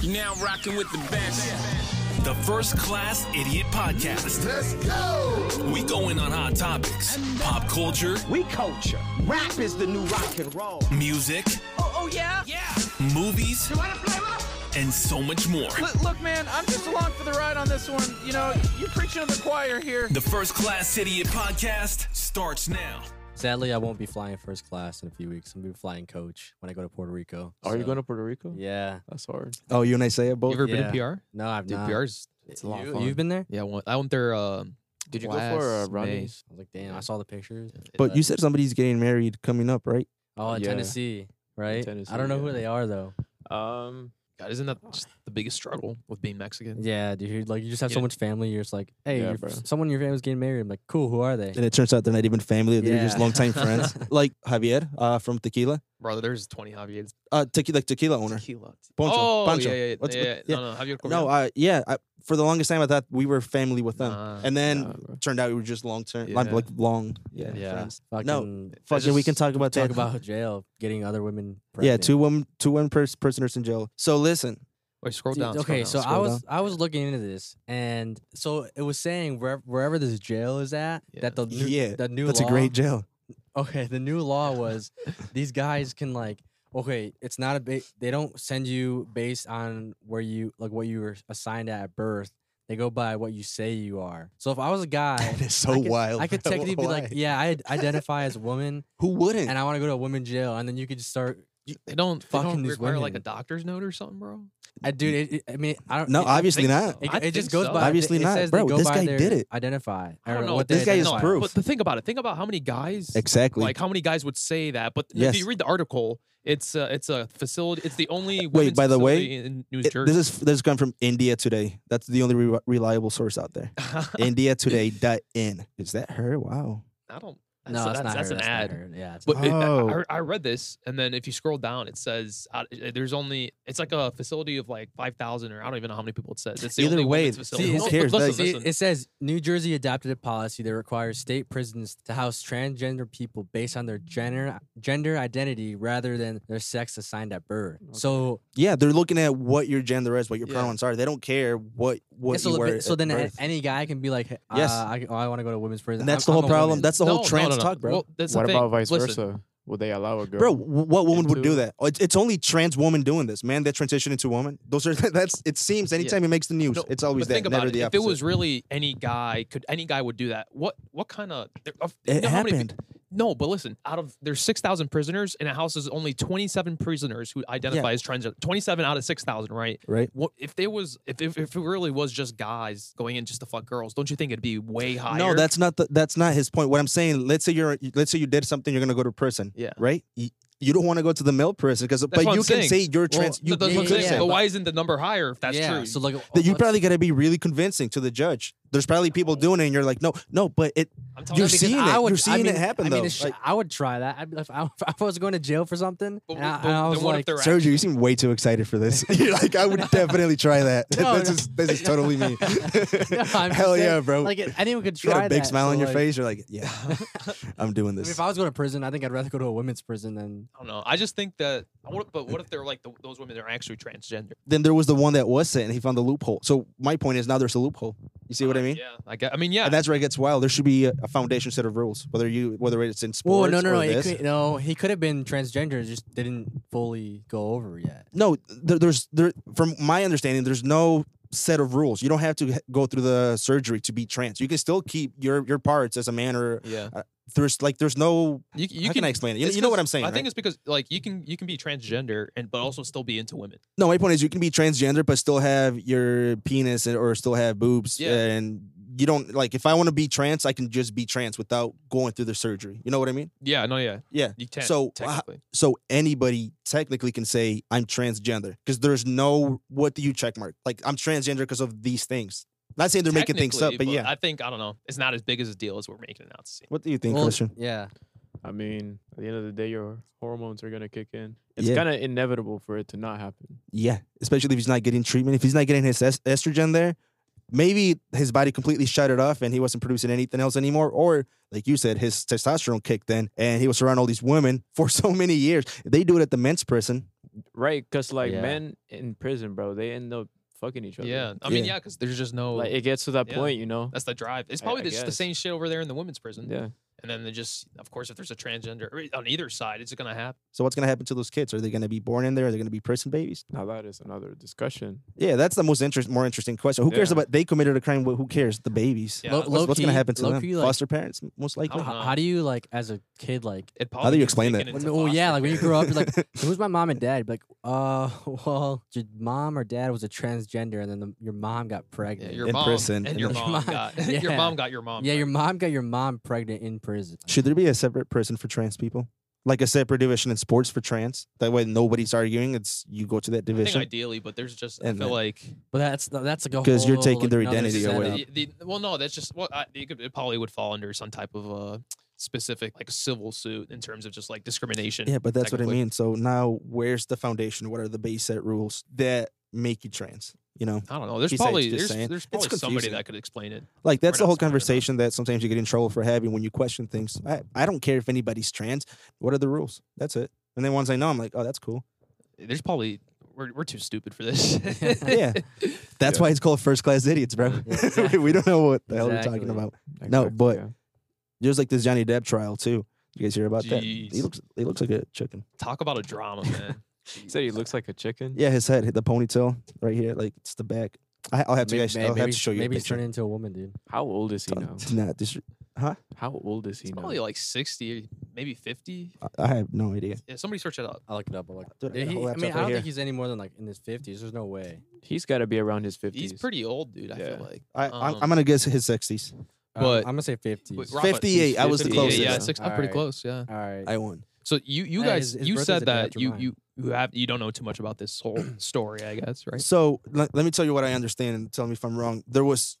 You're now rocking with the best. The First Class Idiot Podcast. Let's go! We go in on hot topics uh, pop culture, We culture. Rap is the new rock and roll. music, Oh, oh yeah? Yeah. movies, Wanna play with? and so much more. Look, look, man, I'm just along for the ride on this one. You know, you're preaching to the choir here. The First Class Idiot Podcast starts now. Sadly, I won't be flying first class in a few weeks. I'm gonna be flying coach when I go to Puerto Rico. Are you so- going to Puerto Rico? Yeah. That's hard. Oh, you and I say it both. You ever Yeah. been to PR? No, I've Dude, not. PR's it's a lot of you, fun. have been there? Yeah, one, I went there. Uh, Did you go for uh, last May. Ronnie's? I was like, damn, I saw the pictures. but you said somebody's getting married coming up, right? Oh, in Yeah. Tennessee, right? I don't Tennessee, know who yeah. they are though. Um, God, isn't that just the biggest struggle with being Mexican? Yeah, dude. Like you just have so Yeah. much family. You're just like, hey, Yeah, your- bro. someone in your family's getting married. I'm like, cool. Who are they? And it turns out they're not even family; they're just Yeah. longtime friends, like Javier uh, from Tequila, Brother, there's 20 Javier's. uh, tequila, like tequila owner, Tequila. Poncho, oh, Pancho. yeah, yeah, yeah. What's- yeah, what- yeah. No, no, Javier yeah. Correa. No, uh, yeah. I, for the longest time, I thought we were family with them, Nah, and then nah, bro. turned out we were just long term, Yeah. like long, yeah, Yeah. friends. Fucking, No, fucking Fucking, we can talk about talk that. about jail, getting other women. yeah, Pregnant. two women, two one pers- prisoners in jail. So listen, Wait, scroll Dude, down. scroll okay, down, so I scroll was down. I was looking into this, and so it was saying wherever, wherever this jail is at, Yeah. that the new, Yeah, the new that's a law- great jail. Okay, the new law was these guys can like okay, it's not a ba- they don't send you based on where you like what you were assigned at birth. They go by what you say you are. So if I was a guy, That is so I could, wild. I could bro. technically be like, Why? yeah, I identify as woman, who wouldn't? and I want to go to a women jail, and then you could just start. They don't fucking fucking these require like a women. doctor's note or something, bro. I, dude, it, it- I mean, I don't. no, it- obviously think not. so. It, I it just think goes so. by. Obviously it not, says bro, They go this by guy their did it. Identify. I don't or know. What This they guy is identify. proof. But the thing about it, think about how many guys, Exactly. like how many guys would say that. But if Yes. you read the article, it's uh, it's a facility. It's the only Wait, women's by the way, facility in New It- Jersey. this is this is coming from India Today. That's the only re- reliable source out there. Uh, India Today dot in. Is that her? Wow. I don't. That's, No, that's, it's not that's her, an it's not ad. her, Yeah, it's But it, Oh. I, I read this, and then if you scroll down, it says uh, there's only it's like a facility of like five thousand, or I don't even know how many people it says. It's the Either only way, women's see, facility. who No, but cares? Listen, Like, See, listen. it says New Jersey adopted a policy that requires state prisons to house transgender people based on their gender gender identity rather than their sex assigned at birth. So, Yeah, they're looking at what your gender is, what your Yeah. pronouns are. They don't care what what so, you the- were. so at then a- birth. any guy can be like, yes, Yes. I, oh, I want to go to women's prison. and that's the I'm- whole I'm a problem. woman." That's the No, whole no, no, trans no. talk, bro. Well, that's the what thing. about vice Listen, versa? Would they allow a girl? Bro, wh- what woman would do into- that? Oh, It's, it's only trans woman doing this. Man, that transition into woman. Those are that's. It seems anytime it makes the news, No, it's always but think that. about Never it. the if opposite. it was really any guy, could any guy would do that? What what kind of? there- of- you It know how many pe- happened. no, but listen. Out of there's six thousand prisoners in a house is only twenty seven prisoners who identify as transgender. Twenty seven out of six thousand, right? Right. What if there was if, if if it really was just guys going in just to fuck girls? Don't you think it'd be way higher? No, that's not the, that's not his point. What I'm saying, let's say you're let's say you did something, you're gonna go to prison. Yeah. Right. You, you don't want to go to the male prison because, That's but what you I'm can saying. say you're Well, trans. you that- that's you what I'm could yeah, saying, say But that. why isn't the number higher if that's yeah, true? So like, oh, That you let's- probably got to be really convincing to the judge. There's probably people doing it, and you're like, no, no, but it. I'm you're because seeing oh, I it. would, You're seeing I it mean, happen, I mean, though. it's- Like- I would try that. I'd be like, if I, if I was going to jail for something, But and we- I, but and I then was what if like, they're Sergio, you seem way too excited for this. You're like, I would definitely try that. No, this no. is this is totally me. No, I'm just Hell saying, yeah, bro. Like, anyone could you try got a big that. smile So, on your like, face. You're like, yeah, I'm doing I mean, this. if I was going to prison, I think I'd rather go to a women's prison than I don't know. I just think that. I want, but what if they're like the, those women that are actually transgender? then there was the one that was sent, and he found the loophole. So my point is now there's a loophole. You see what Uh, I mean? Yeah, I guess. I mean, yeah. And that's where it gets wild. There should be a, a foundation set of rules, whether you whether it's in Well, sports no, no, or no. It this. could, no, he could have been transgender. it Just didn't fully go over yet. No, there, there's there. From my understanding, there's no set of rules. You don't have to h- go through the surgery to be trans. You can still keep your your parts as a man or yeah. there's like there's no. You, you how can, I explain it? You, it's you know what 'cause- I'm saying? I right? think it's because like you can you can be transgender and but also still be into women. no. My point is you can be transgender but still have your penis and- or still have boobs Yeah. and. You don't like if I want to be trans, I can just be trans without going through the surgery. You know what I mean? Yeah. No. Yeah. Yeah. You can. So, uh, technically, so anybody technically can say I'm transgender because there's no what do you check mark like I'm transgender because of these things. Not saying they're making things up, Technically, but, yeah. I think I don't know. It's not as big as a deal as we're making it out to seem. what do you think, Well, Christian? Yeah. I mean, at the end of the day, your hormones are gonna kick in. It's Yeah. kind of inevitable for it to not happen. Yeah, especially if he's not getting treatment, if he's not getting his es- estrogen there, maybe his body completely shut it off and he wasn't producing anything else anymore. Or like you said, his testosterone kicked in and he was around all these women for so many years. They do it at the men's prison. right? Because like Yeah. men in prison, bro, they end up fucking each other. Yeah, I mean, Yeah. yeah, because there's just no. like it gets to that Yeah. point, you know. that's the drive. It's I- probably I just the guess. same shit over there in the women's prison. Yeah, And then they just, of course, if there's a transgender or on either side, it's gonna happen. So what's gonna happen to those kids? Are they gonna be born in there? Are they gonna be prison babies? now that is another discussion. Yeah, that's the most interest, more interesting question. Who cares Yeah. about they committed a crime? wh- Who cares? The babies. Yeah. Lo- What's- What's, low what's gonna key- happen to low them? key, like, Foster parents, m- most likely. I don't h- know. how do you like as a kid like? It probably How do you gets explain that? taken into Oh yeah, foster like when you care. grew up, you're like, "Who's my mom and dad?" Be like, uh, well, your mom or dad was a transgender, and then the, your mom got Yeah, pregnant. your in mom prison, and in your the- mom got your Yeah. mom got your mom. yeah, your pregnant. mom got your mom pregnant in prison. Should there be a separate prison for trans people? Like a separate division in sports for trans? That way nobody's arguing. It's you go to that I think division. ideally, but there's just I And feel then- like But that's the- that's like a 'Cause you're whole, taking like, their another identity setup. away. the, the, well, no, that's just well, I, it, could, it probably would fall under some type of uh specific like civil suit in terms of just like discrimination. yeah, but that's what I technically. mean. So now where's the foundation? What are the base set rules that make you trans? You know? I don't know. There's Besides probably just there's, saying, there's it's probably somebody confusing. that could explain it. Like that's not the whole talking about- conversation that sometimes you get in trouble for having when you question things. I, I don't care if anybody's trans. What are the rules? That's it. And then once I know, I'm like, oh, that's cool. There's probably we're, we're too stupid for this. Yeah. That's why it's called first class idiots, bro. Yeah, exactly. we don't know what the hell we're Exactly. talking about. No, but- yeah. There's like this Johnny Depp trial too. You guys hear about that? He Jeez. looks he looks like a chicken. Talk about a drama, man. He said he looks like a chicken. Yeah, his head, the ponytail right here, like it's the back. I, I'll have to Maybe- guys. I'll maybe have to he's- show you. Maybe a he's picture. turning into a woman, dude. How old is he Don't- now? do not dis- How old is he It's now? probably like 60, maybe 50. I- I have no idea. Yeah, somebody search it up. I'll look it up. I'll look. Dude, I Yeah, got a he- whole I laptop mean, I right don't here. think he's any more than like in his fifties. There's no way. He's got to be around his fifties. He's pretty old, dude. I Yeah. feel like. I, I'm, Um, I'm gonna guess his sixties. Um, But- I'm gonna say Wait, fifties. Rob- Rafa- 58. I was the 58, Yeah, closest. yeah, close. six. I'm pretty Alright. close. Yeah. All right. I won. So you you Uh, guys his- his you birthday's said the day that after you mine. you you have you don't know too much about this whole story, I guess, right? So let, let me tell you what I understand and tell me if I'm wrong. There was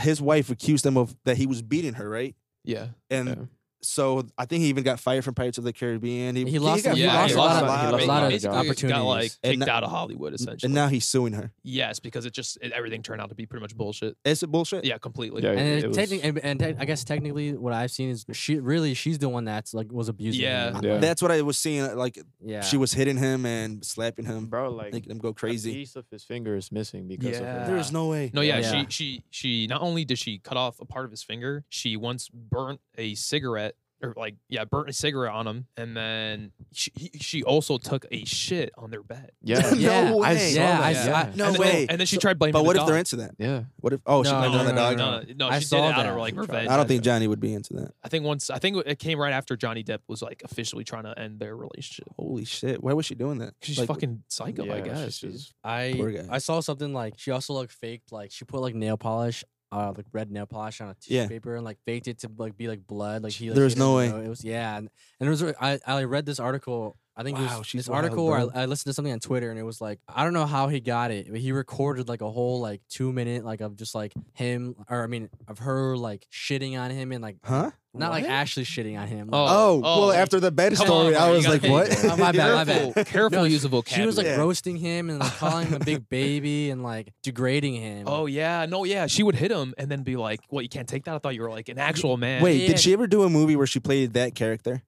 his wife accused him of that he was beating her, right? Yeah. And Yeah. so I think he even got fired from Pirates of the Caribbean. He, He lost. got fired he yeah, lost he a lost lot a lot. of- He a lot lost of a lot. Basically, got like opportunities. And kicked no- out of Hollywood essentially. and now he's suing her. yes, because it just it, everything turned out to be pretty much bullshit. Is it bullshit? Yeah, completely. Yeah, And it then technic- was- and, and tec- I guess technically, what I've seen is she really she's the one that's like was abusing. Yeah. him. Yeah. That's what I was seeing. uh, Like yeah. she was hitting him and slapping him, bro, like making him go A crazy. piece of his finger is missing because of There is no way. No, yeah, Yeah. she she she not only did she cut off a part of his finger, she once burnt a cigarette or like yeah, burnt a cigarette on him, and then she he- she also took a shit on their bed. Yeah, No Yeah. way. I saw Yeah, that. I yeah. s- I- No and then, way. And then she tried blaming. But the what if dog. they're into that? yeah. What if? Oh, she No, might no, know the no, dog. no, no, no, I she did saw it out of that. like She tried. revenge. I don't think Johnny would be into that. I think once I think it came right after Johnny Depp was like officially trying to end their relationship. Holy shit! Why was she doing that? She's Like, fucking psycho, I Yeah, guess. she's dude. just- Poor I guy. I saw something like she also like faked like she put like nail polish, uh, like red nail polish on a tissue Yeah. paper and like faked it to like be like blood. Like he like, There was hit no him, you way. know? It was yeah, and, and it was I I like, read this article. I think Wow, it was she's this wild, article where bro. I, I listened to something on Twitter and it was like I don't know how he got it, but he recorded like a whole like two minute like of just like him or I mean of her like shitting on him and like Huh? not like What? actually shitting on him. like- Oh, Oh, oh, well, like- after the bed Come story, on, I bro, you was gotta like, be- "What?" Oh, my bad, my bad. Careful, careful No, use of vocabulary. she was like Yeah. roasting him and like calling him a big baby and like degrading him. Oh yeah, no yeah, she would hit him and then be like, "What? You can't take that? I thought you were like an actual man." Wait, Yeah. did she ever do a movie where she played that character?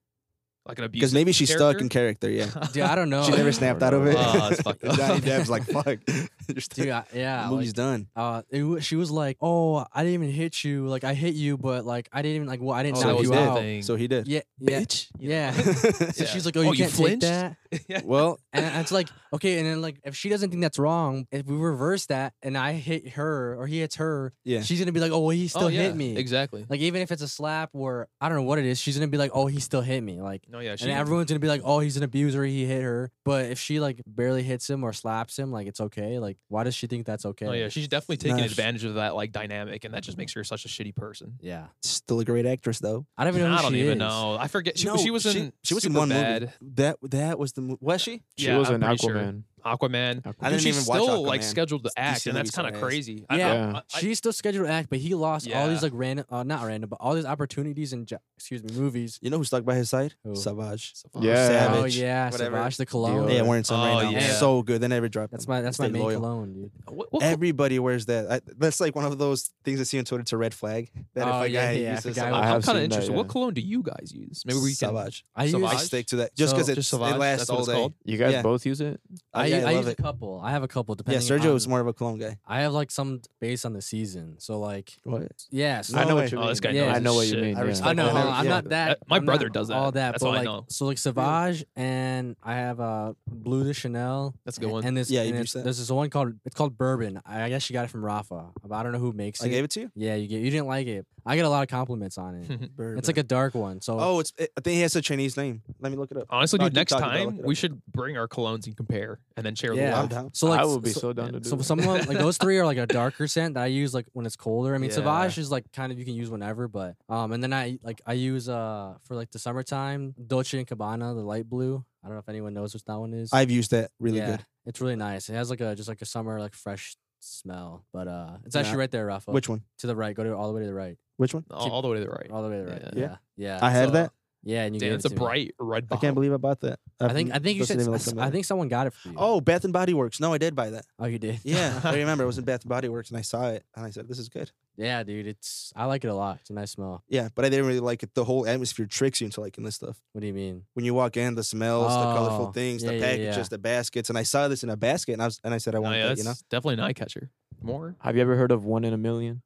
like an abusive. Because maybe she's stuck character? in character. Yeah, dude, I don't know. she never snapped out of it. Oh, that's fucked up. Johnny Depp's like, "Fuck, You're stuck. Dude, I, yeah, The movie's like, done." uh, it, wa- she was like, "Oh, I didn't even hit you. Like, I hit you, but like, I didn't even like, well, I didn't Oh, So knock he you that did. out." thing. So he did. Yeah, yeah, yeah. So Yeah. she's like, "Oh, Oh, you you can't take flinched? that." well, And I- it's like, okay, and then like, if she doesn't think that's wrong, if we reverse that and I hit her or he hits her, Yeah. she's gonna be like, "Oh, well, he still oh, yeah, hit me." exactly. Like, even if it's a slap or I don't know what it is, she's gonna be like, "Oh, he still hit me." Like, No yeah, she. and everyone's gonna be like, "Oh, he's an abuser. He hit her." But if she like barely hits him or slaps him, like it's okay. Like, why does she think that's okay? No Oh, yeah, she's definitely taking Nice. advantage of that like dynamic, and that just makes her such a shitty person. Yeah. still a great actress though. I don't even know. I who don't she even is. know. I forget. She, she was in. She was in Superbad. one movie. That that was the movie. Was she? She Yeah, was I'm an pretty sure. Aquaman. Aquaman. Aquaman. Dude, I didn't she's even watch still like Aquaman. scheduled to It's act, decent and that's movies, so kind of it is. crazy. Yeah. I, I, She's still scheduled to act, but he lost all Yeah. these like random, uh, not random, but all these opportunities and excuse me, movies. You know who stuck by his side? Who? Savage. I, Yeah. oh Savage. yeah, whatever. Savage the cologne. Yeah, wearing some Oh, right now. yeah. So good. They never dropped. That's them. my They that's my stayed main loyal. cologne, dude. What, what, Everybody wears that. I, that's like one of those things I see on Twitter. It's a red flag. That Oh, if a yeah, guy yeah, if uses a guy Savage, I I'm have kind of seen that, interested. What yeah. cologne do you guys use? Maybe we can. Savage. I use I Savage? stick to that just So- because Just it Savage, lasts that's what all it's day. called? You guys Yeah. both use it? Oh, I, yeah, u- I love use it. a couple. I have a couple Yeah, depending. Sergio is on- more of a cologne guy. I have like some based on the season. So like What? yeah, so No I know way. what you mean. Oh, this guy Yeah. knows I know what his you shit. mean. I yeah. respect I know that. huh? I'm Yeah. not that. Uh, my I'm brother not does that. All that, That's but all I like, know. so like Savage, and I have uh, Blue de Chanel. That's a good and- one. And this, Yeah, and you it's- used that. there's this one called it's called Bourbon. I, I guess she got it from Rafa. but I don't know who makes I it. gave it to you. yeah, you get you didn't like it. I get a lot of compliments on Hmm. it. it's like a dark one. So Oh, it's. It, I think he has a Chinese name. Let me look it up. Honestly, No, dude, keep next talking, bro. Look time it up. we should bring our colognes and compare, and then share Yeah. the I'm love. down. so like I s- would be so, so down to do so that. some of, like those three are like a darker scent that I use like when it's colder. I mean, Yeah. Savage is like kind of you can use whenever, but um, and then I like I use uh for like the summertime Dolce and Cabana, the light blue. I don't know if anyone knows what that one is. I've used that really yeah, good. It's really nice. It has like a just like a summer like fresh smell, but uh, it's Yeah. actually right there, Rafa. Which one? to the right? Go to all the way to the right. Which one? All, all the way to the right. All the way to the right. Yeah. Yeah, Yeah. yeah. I had So, that. yeah, and you Damn, gave it's it a to me. bright red. I Bottle. can't believe I bought that. I think I think you doesn't said even I, look s- familiar. I think someone got it for you. Oh, Bath and Body Works. No, I did buy that. oh, you did. Yeah, I remember it was in Bath and Body Works, and I saw it, and I said, "This is good." yeah, dude. It's I like it a lot. It's a nice smell. Yeah, but I didn't really like it. The whole atmosphere tricks you into liking this stuff. What do you mean? When you walk in, the smells, the colorful Oh, things, yeah, the yeah, packages, yeah. the baskets, and I saw this in a basket, and I was, and I said, "I Oh, want yeah, that." You know, that's definitely an eye catcher. More. Have you ever heard of One in a Million?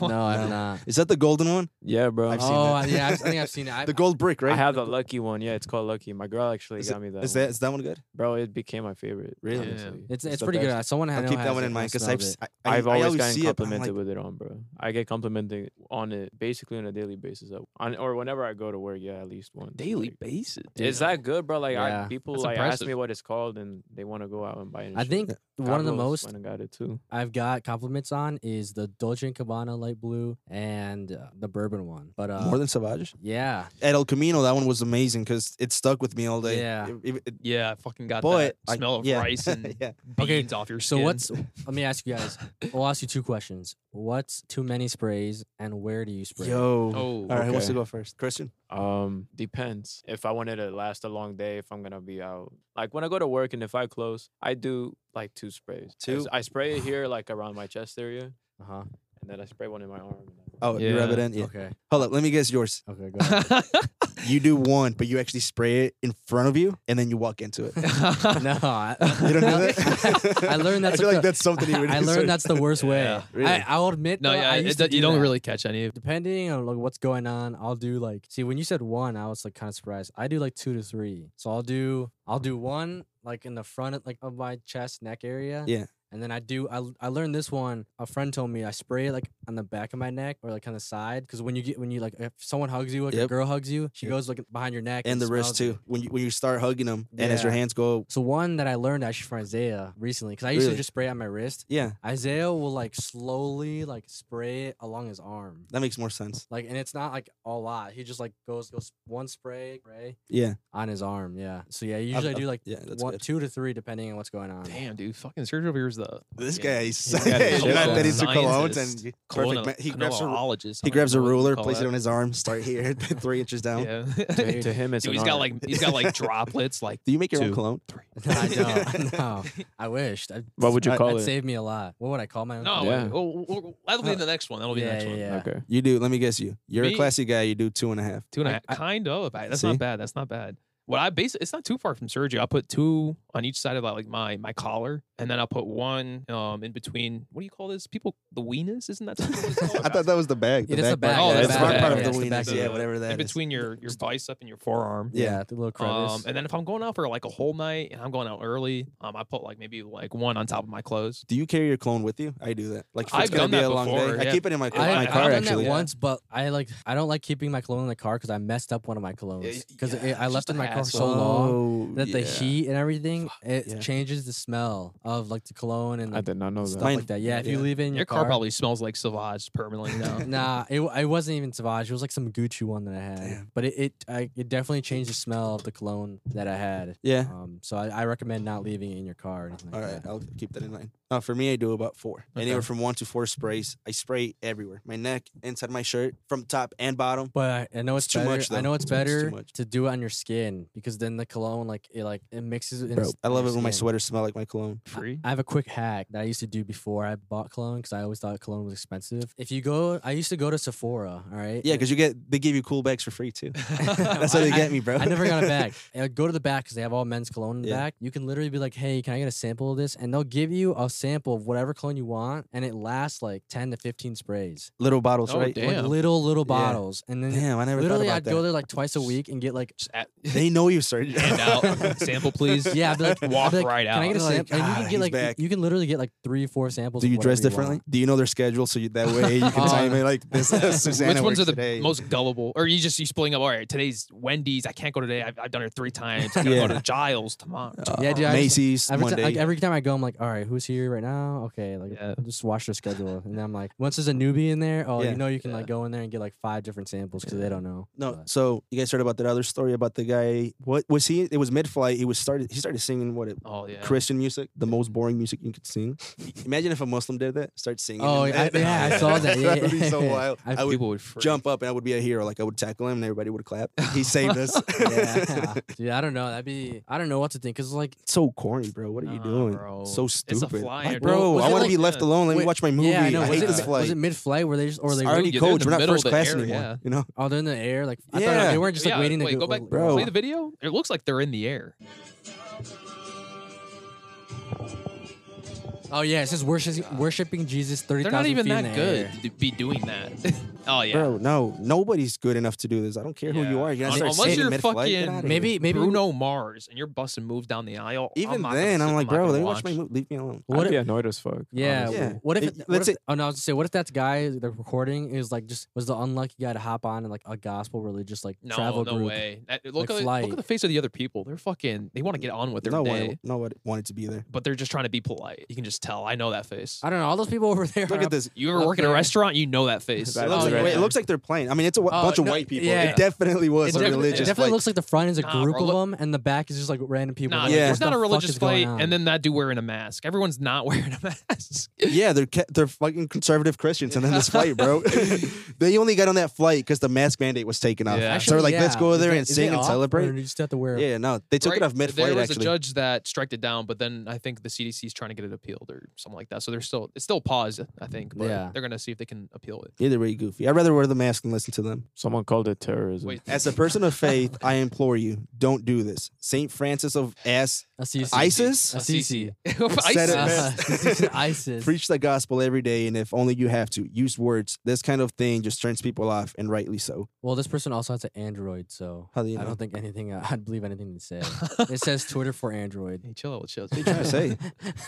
No, I No. have not. is that the golden one? Yeah, bro. I've seen oh, I- that. yeah. I've, I think I've seen it. I, The gold brick, right? I have the lucky one. Yeah, it's called Lucky. My girl actually Is got me that. Is one. that is that one good? bro? It became my favorite. Really? Yeah. honestly. It's it's the pretty good. best. Uh, Someone had I'll no keep has that one it, in I mind because smelled I've s- it. I, I, I've I always always gotten see it, but I'm complimented like, with it on, bro. I get complimented on it basically on a daily basis, uh, on or whenever I go to work. Yeah, at least once. Daily Like, basis. Is that good, bro? Like Yeah. I, people That's like ask me impressive. what it's called and they want to go out and buy it. and I shit. think God one of the most knows when I got it too. I've got compliments on is the Dolce and Cabana light blue and uh, the bourbon one. But uh, more than Savage. yeah, At El Camino, that one was amazing because it stuck with me all day. Yeah. It- it- it- Yeah, I fucking got but I- that smell of yeah, rice and yeah. Okay, beans off your So skin. what's? Let me ask you guys. I'll ask you two questions. What's too many sprays, and where do you spray? Yo. Oh, All right, who wants to okay. go first? Christian. Um, depends. If I wanted to last a long day, if I'm gonna be out, like when I go to work and if I close, I do like two sprays. I s- Two? Uh-huh. I spray it here, like around my chest area, Uh huh. and then I spray one in my arm. and then- Oh, you rub Yeah. it in. Yeah. Okay. Hold up. Let me guess yours. Okay. Go ahead. You do one, but you actually spray it in front of you, and then you walk into it. no, I, You don't know that? I learned that's I feel what like the- that's something you would I research. leoned that's the worst way. Yeah, really. I, I'll admit. no, though, yeah, I it used do- to do you don't that. really catch any of Depending on like what's going on, I'll do like see when you said one, I was like kind of surprised. I do like two to three, so I'll do I'll do one like in the front of, like of my chest neck area. Yeah. And then I do I, I learned this one. A friend told me I spray it like on the back of my neck or like on the side because when you get when you like if someone hugs you like a Yep. girl hugs you, she Yep. goes like behind your neck and the wrist smells it. too. When you when you start hugging them, and as your Yeah. hands go, So one that I learned actually from Isaiah recently because I used Really? to just spray it on my wrist. yeah, Isaiah will like slowly like spray it along his arm. that makes more sense. Like, and it's not like a lot. He just like goes goes one spray, spray Yeah, on his arm. Yeah. So yeah, usually i I've- do like yeah, that's one, good. two to three depending on what's going on. it. Damn, dude, fucking Sergio here's the This fucking guy, he's He's got his you're not shit that down. into colognes Scientist. and colonna- perfect. ma- He grabs a colonologist, I he don't grabs a know what you ruler, call places it that. on his arm, start here, three inches down. Yeah. To him, it's Dude, an he's got art. like he's got like droplets like Do you make your own Two. cologne? I don't. No, I wished. I, What would you call that it? saved me a lot. What would I call my own? No, cologne? Yeah. wait, oh, oh, oh, that'll be the next one. That'll be the Yeah, next yeah, one. yeah. okay. You do. Let me guess. You. You're a Me? classy guy. You do two and a half. Two and a I- half, I- kind of. I- That's See? not bad. That's not bad. What I base it's not too far from Sergio. I put two on each side of like my my collar, and then I'll put one um in between. What do you call this? People, the weenus, isn't that? What it's called? I thought that was the bag. Yeah, that's the bag. Oh, Yeah, that's that's the the front bag. part of Yeah, the it's the weenus. back. Yeah, whatever that in is. between your your bicep and your forearm. Yeah, Yeah. the little crevice. Um, and then if I'm going out for like a whole night and I'm going out early, um, I put like maybe like one on top of my clothes. Do you carry your cologne with you? I do that. Like if I've it's gonna done be that a long before, day. I yeah. keep it in my I- my I've car done actually. that Yeah. once, but I like I don't like keeping my cologne in the car because I messed up one of my colognes because yeah, I it's left just it in a my for asshole. so long Oh, that the yeah. heat and everything it yeah. changes the smell of like the cologne and I like, did not know stuff that. Stein- like that. Yeah, if you yeah. leave it in your, Your car probably smells like Savage permanently now. Nah, it, w- it wasn't even Savage. It was like some Gucci one that I had, but it it, I, it definitely changed the smell of the cologne that I had. Yeah. Um, so I, I recommend not leaving it in your car or anything. All Like right, that. I'll keep that in mind. Uh, for me, I do about four, Okay. anywhere from one to four sprays. I spray everywhere, my neck, inside my shirt, from top and bottom. But I I know it's, It's too better. much, I though. know it's It's much- it's too better much. to do it on your skin because then the cologne like it like it mixes. in Bro, s- I love your it when my skin. sweaters smell like my cologne. Free. I have a quick hack that I used to do before I bought cologne because I always thought cologne was expensive. If you go, I used to go to Sephora. All right. Yeah, and- because you get they give you cool bags for free too. That's how they I- get me, bro. I never got a bag. And I'd go to the back because they have all men's cologne in the Yeah. back. You can literally be like, hey, can I get a sample of this? And they'll give you a sample of whatever cologne you want, and it lasts like 10 to 15 sprays. Little bottles, Oh, right? damn. Like little, little Yeah. bottles. And then Damn, I never literally, thought I'd about go that. there like twice a week and get like, Just at- They know you, sir. hand uh, out sample, please. yeah, I'd be like, I'd be Walk like, right Can I out. get a Like, sample? and you "Ah, can get he's like, y- back." you can literally get like three, four samples. Do of you dress whatever differently? want. Do you know their schedule so you, that way you Uh, can time it like this? Susanna Which ones works are the today. most gullible? Or you just you splitting up? All right, today's Wendy's. I can't go today. I've, I've done it three times. I gotta Yeah. go to Giles tomorrow. Yeah, dude, I just- Macy's Every, ti- Monday. like, every time I go, I'm like, all right, who's here right now? Okay, like Yeah. just watch their schedule. And then I'm like, once there's a newbie in there, oh, Yeah. you know, you can like go in there and get like five different samples because they don't know. No, But- so you guys heard about that other story about the guy. What was he? It was mid-flight. He was started. He started singing what it, Oh yeah. Christian music, the most boring music you could sing. Imagine if a Muslim did that, start singing. oh, and I, that- yeah, I saw that. Yeah, that would be so yeah. wild. I- I would People would freak. jump up and I would be a hero. Like I would tackle him and everybody would clap. He saved us. yeah, dude, I don't know. That'd be I don't know what to think because like so corny, bro. What are you Nah, doing? bro. So It's a stupid, flyer, Like, dude. bro. Was I it want to like- be left alone. Let Wait, me watch my movie. yeah, I know. was hate it, this mi- flight. Was it mid flight where they just or it's they already already Yeah, they're in cold. the We're not middle of first the class air, anymore. yeah. You know. oh they're in the air like I thought Yeah. they weren't just like Yeah, waiting wait, to go back. Bro. Play the video. It looks like they're in the air. Oh yeah, it says worshiping, worshiping Jesus thirty They're thousand not even feet in that the air. good to be doing that. oh yeah. Bro, no, nobody's good enough to do this. I don't care who you Yeah. are. You're Un- gonna start unless singing you're mid-flight. Get fucking- outta here. Maybe maybe Bruno Mars and you're busting moves down the aisle. I'm even not gonna then, sit- I'm like, not bro, gonna let me watch. watch my movie. Leave me alone. What I'd if- be annoyed as fuck. Yeah. Yeah. What if? It- It, what let's if- say- oh no, I was gonna say, what if that guy, the recording is like, just was the unlucky guy to hop on and like a gospel religious like No, travel no group? way. That- look, Like at, flight. look at the face of the other people. They're fucking. They want to get on with their No day, one, no one wanted to be there. but they're just trying to be polite. You can just tell. I know that face. I don't know. All those people over there. Look are at this. You ever Up work in a there. restaurant? You know that face. That It Oh, looks, yeah. like, wait, it looks like they're playing. I mean, it's a wh- Oh, bunch of no, white people. yeah. It definitely was It, a defi- it religious. definitely like, looks like the front is a Nah, group bro, of look- them, and the back is just like random people. Nah, like, Yeah. what it's the not a fuck religious is going fight, on? and then that dude wearing a mask. Everyone's not wearing a mask. yeah, they're ca- they're fucking conservative Christians, and then this flight, bro. they only got on that flight because the mask mandate was taken off. Yeah. so they're like, let's yeah. go Is there it- and is it sing and off, Or celebrate. you just have to wear. Yeah, no, they took Right? it off mid There flight. was a Actually, judge that striked it down, but then I think the CDC is trying to get it appealed or something like that. So they're still it's still paused. I think. But Yeah. They're gonna see if they can appeal it. either way, goofy. I'd rather wear the mask and listen to them. Someone called it terrorism. Wait. As a person of faith, I implore you, don't do this. Saint Francis of ass Assisi. ISIS? Assisi. Said it ISIS. best. ISIS. ISIS. preach the gospel every day, and if only you have to use words. This kind of thing just turns people off, and rightly so. Well, this person also has an Android, so How do you I know? don't think anything. I would believe anything they say. it says Twitter for Android. Hey, chill out, chill. out. What are you trying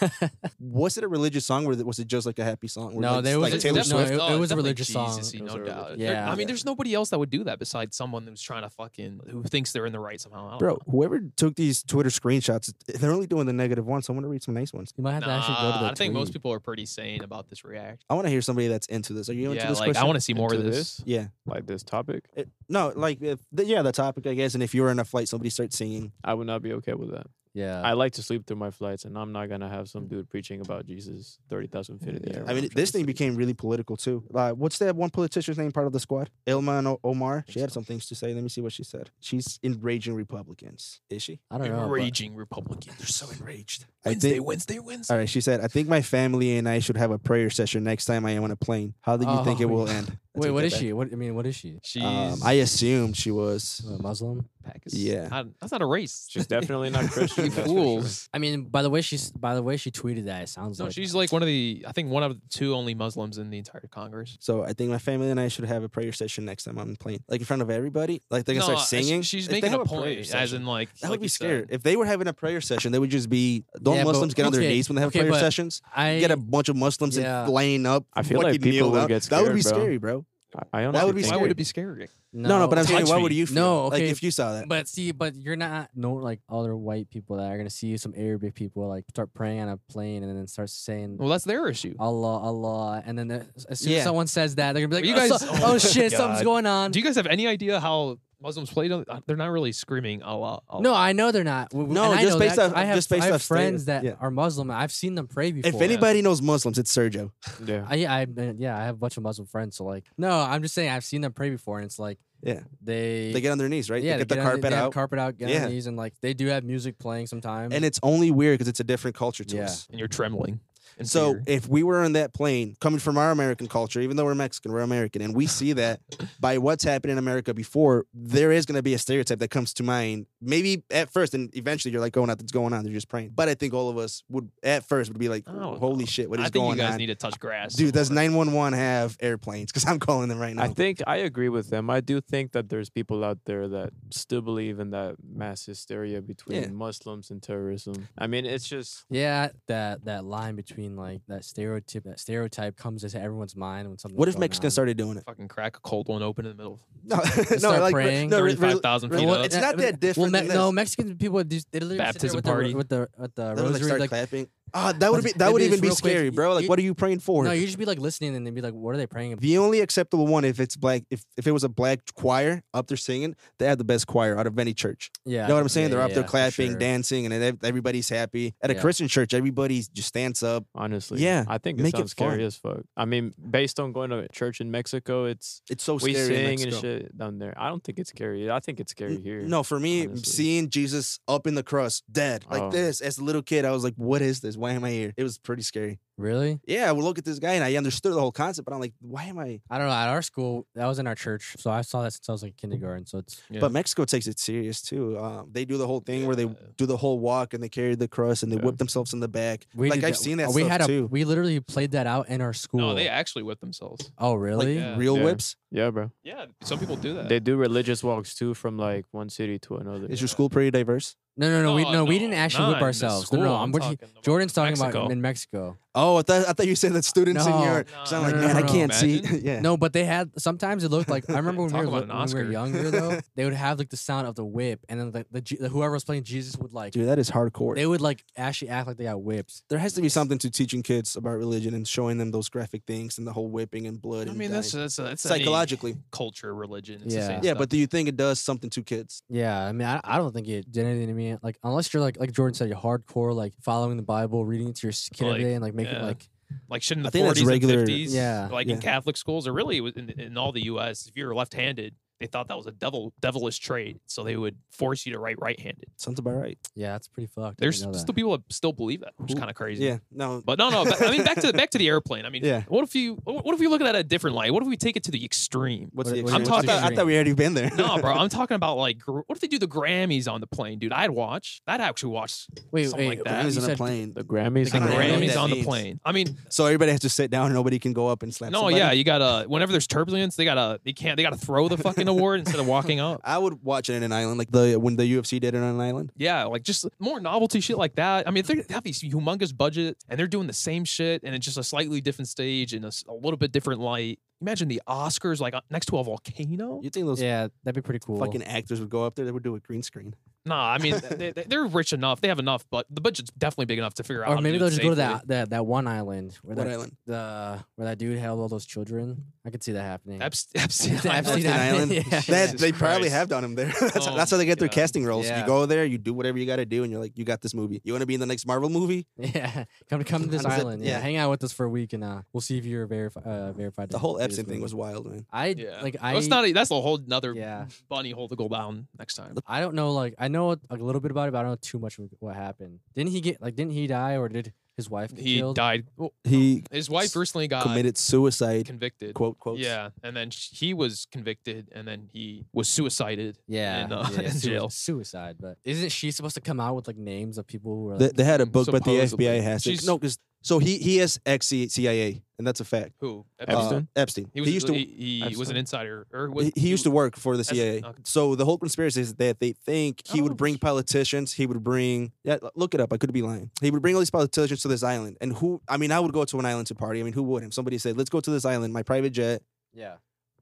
to Was it a religious song, or was it just like a happy song? Or No, like, there was like a- Taylor no, Swift. it- Oh, was a definitely religious Jesus-y, song. It no was a doubt. religious- There- Yeah. I mean, there's nobody else that would do that besides someone who's trying to fucking who thinks they're in the right somehow. I don't Bro, know. whoever took these Twitter screenshots, they're only doing the negative ones. I want to read some nice ones. You might have to actually go to Nah, the. I think most tweet. people are pretty sane about this reaction. I want to hear somebody that's into this. Are you into Yeah, this like question? I want to see more of Into this. this? yeah. Like this topic, It- no, like, if, the, yeah, the topic, I guess. And if you're in a flight, somebody starts singing. I would not be okay with that. Uh. Yeah. I like to sleep through my flights, and I'm not gonna have some dude preaching about Jesus thirty thousand feet in the air. I when I'm mean, trying this to thing sleep. became really political, too. Like, what's that one politician's name part of the squad? Ilma o- Omar. She had some things to say. Let me see what she said. She's enraging Republicans. Is she? I don't know. but- Raging Republicans. They're so enraged. oh, I Wednesday, think- Wednesday, Wednesday. All right, she said, I think my family and I should have a prayer session next time I am on a plane. How do you think it Oh, will yeah. end? I Wait, take what that is back. she? What I mean, what is she? She's Um, I assumed she was. A Muslim? Pakistan. yeah. I- that's not a race. She's definitely not Christian. You that's for sure. fools. I mean, by the way, she's by the way she tweeted that. It sounds No, like she's like one of the. I think one of the two only Muslims in the entire Congress. So I think my family and I should have a prayer sesession next time I'm playing, like in front of everybody. Like they're gonna No, start she- singing. She's If they making have a prayer point, as session, in like. that like uh, would be you said. scared. If they were having a prayer session, they would just be. Don't Yeah, but- Muslims get on their okay, knees when they have okay, prayer but sessions? I You get a bunch of Muslims yeah. and laying up. I feel like fucking people kneel will down. get That would be scared, bro. scary, bro. I, I honestly That would be think Why would scary. it be scary? No, no, but I'm saying, touch why me. would you feel? No, like okay. if you saw that. But see, but you're not no like other white people that are gonna see some Arabic people like start praying on a plane and then start saying Well, that's their issue. Allah, Allah, and then there- as soon Oh. Yeah. as someone says that, they're gonna be You like, oh, guys- so- oh oh, shit, God. something's going on. Um, Do you guys have any idea how Muslims play? it? Uh, They're not really screaming Allah. Allah. no, I know they're not. W- w- No, and I just know based that 'cause off- I have, just based I have off state- friends that yeah. are Muslim. and I've seen them pray before. if anybody knows Muslims, it's Sergio. Yeah. I, yeah, I yeah, I have a bunch of Muslim friends. So like, no, I'm just saying I've seen them pray before, and it's like Yeah, they they get on their knees, right? yeah, they get they the on carpet they have out, carpet out, get Yeah. on knees, and like they do have music playing sometimes. and it's only weird because it's a different culture to Yeah. us. and you're trembling. in So fear. if we were on that plane, coming from our American culture, even though we're Mexican, we're American, and we see that by what's happened in America before, there is going to be a stereotype that comes to mind. Maybe at first, and eventually you're like, "Oh, nothing's going on." They're just praying. But I think all of us would, at first, would be like, Oh, "Holy shit, what is I think going you guys on?" need to touch grass, Dude, does more. 911 have airplanes? Because I'm calling them right now. I think I agree with them. I do think that there's people out there that still believe in that mass hysteria between Yeah. Muslims and terrorism. I mean, it's just yeah, that that line between like that stereotype that stereotype comes into everyone's mind when something. What if Mexicans started doing it? fucking crack a cold one open in the middle. of- No, no, start like praying, no, re- re- 35,000 re- feet well, up. It's not that different. Well, than Me- this. no, Mexican people do they literally sit there Baptism with party. the, with the with the They'll, like, rosary start like. clapping. Ah, that would be that They would do even this be real quick. scary, bro. Like, You- what are you praying for? No, you just be like listening and then be like, what are they praying about? The only acceptable one if it's black if, if it was a black choir up there singing, they have the best choir out of any church. Yeah, You know what I'm saying? yeah, They're up yeah, there for clapping, sure. dancing, and ev- everybody's happy. At a Yeah. Christian church, everybody just stands up. honestly, Yeah, I think it make it sounds scary fun. as fuck. I mean, based on going to a church in Mexico, it's It's so we scary. in sing and Mexico. shit down there. I don't think it's scary. I think it's scary N- here. No, for me, honestly. seeing Jesus up in the cross, dead like Oh. this as a little kid, I was like, "What is this? Why am I here?" It was pretty scary. Really? Yeah, I would look at this guy and I understood the whole concept, but I'm like, "Why am I?" I don't know. At our school, that was in our church, so I saw that since I was like kindergarten. So it's Yeah. But Mexico takes it serious too. Um, they do the whole thing where they Yeah. do the whole walk and they carry the cross and they Yeah. whip themselves in the back. we like did Oh, I've seen that We stuff had a too. we literally played that out in our school. no, they actually whip themselves. oh like really? Yeah. real Yeah. whips. Yeah, bro. Yeah, some people do Uh, that. They do religious walks too, from like one city to another. Is your school pretty diverse? No, no, no. We no, Oh, we didn't no, actually not in whip the ourselves. No, no, school, no, I'm, I'm what he- talking about Jordan's talking Mexico. about in Mexico. Oh, I thought I thought you said that students in your. No. 'cause I'm No, like, no, man, no, I no, can't see. imagine. yeah. No, but they had sometimes it looked like I remember when we, Talk were, about li- an when we were Oscar. younger though they would have like the sound of the whip and then like the, Je- whoever was playing Jesus would like dude, that is hardcore. they would like actually act like they got whipped. there has to be something to teaching kids about religion and showing them those graphic things and the whole whipping and blood. I and mean, that's dying. that's, that's any psychologically. culture, religion. It's Yeah. the same Yeah, stuff. but do you think it does something to kids? Yeah, I mean, I, I don't think it did anything to me. Like, unless you're like, like Jordan said, you're hardcore, like following the Bible, reading it to your s- kid Like, every day, and like making yeah. like, like shouldn't I the think that's forties and regular- fifties, Yeah, like in yeah. Catholic schools or really in, in all the U.S., if you were left-handed, they thought that was a devil devilish trait, so they would force you to write right-handed. Sounds about right. yeah, that's pretty fucked. I There's didn't know still that. people that still believe that, which is Ooh, kind of crazy. Yeah. No. But no, no. ba- I mean, back to the back to the airplane. I mean, Yeah. what if you what what if we look at that a different light? What if we take it to the extreme? What's What- the? what- extreme? what's I thought, I extreme? thought we already been there. No, bro. I'm talking about like, gr- what if they do the Grammys on the plane, dude? I'd watch. I'd actually watch Wait, something wait, That like that. is You in a said- plane. the Grammys. I The don't and know what Grammys that on the means. plane. I mean, So everybody has to sit down. Nobody can go up and slap. no, somebody? yeah, you gotta. Whenever there's turbulence, they gotta. They can't. They gotta throw the fucking award instead of walking up. I would watch it in an island, like the when the UFC did it on an island. Yeah, like just more novelty shit like that. I mean, they have these humongous budget and they're doing the same shit and it's just a slightly different stage and a, s- a little bit different light. Imagine the Oscars like uh, next to a volcano. You think those yeah, that'd be pretty cool. fucking actors would go up there? They would do a green screen. Nah, I mean, they, they- they're rich enough. They have enough, but the budget's definitely big enough to figure out. or maybe how they'll to do just it go to safely. that, that that one island where What that island? the where that dude held all those children. I could see that happening. Epst- Epstein The Island. Epstein Island. Yeah. That Jesus they probably Christ. have done him there. that's, Oh that's how they my get their God. casting roles. Yeah. You go there, you do whatever you got to do, and you're like, you got this movie. You want to be in the next Marvel movie? yeah, come come to this How does it- island. yeah. yeah. hang out with us for a week, and uh, we'll see if you're verified. Uh, verified. The to whole do this Epson thing movie. was wild, man. I Yeah. like. I That's not. A, that's a whole another Yeah. bunny hole to go down next time. I don't know. Like I know a little bit about it, but I don't know too much of what happened. Didn't he get like? Didn't he die, or did his wife get He killed? died. Well, He his wife recently got Oh committed suicide. convicted. Quote quotes. Yeah, and then sh- he was convicted, and then he was suicided. Yeah, in, uh, yeah, in sui- jail. suicide. But isn't she supposed to come out with like names of people who are They, like, they had a book, but the Supposedly. FBI has it. She's- No, 'cause- so he he has ex CIA, and that's a fact. Who? Uh, Epstein? Epstein. he was. he used to He, he was Epstein? an insider, or was, he, he used to work for the That's- CIA. okay. So the whole conspiracy is that they think he Oh, would bring sh- politicians. He would bring yeah, l- look it up. I could be lying. He would bring all these politicians to this island. And who? I mean, I would go to an island to party. I mean, who wouldn't? If somebody said, "Let's go to this island, my private jet. yeah,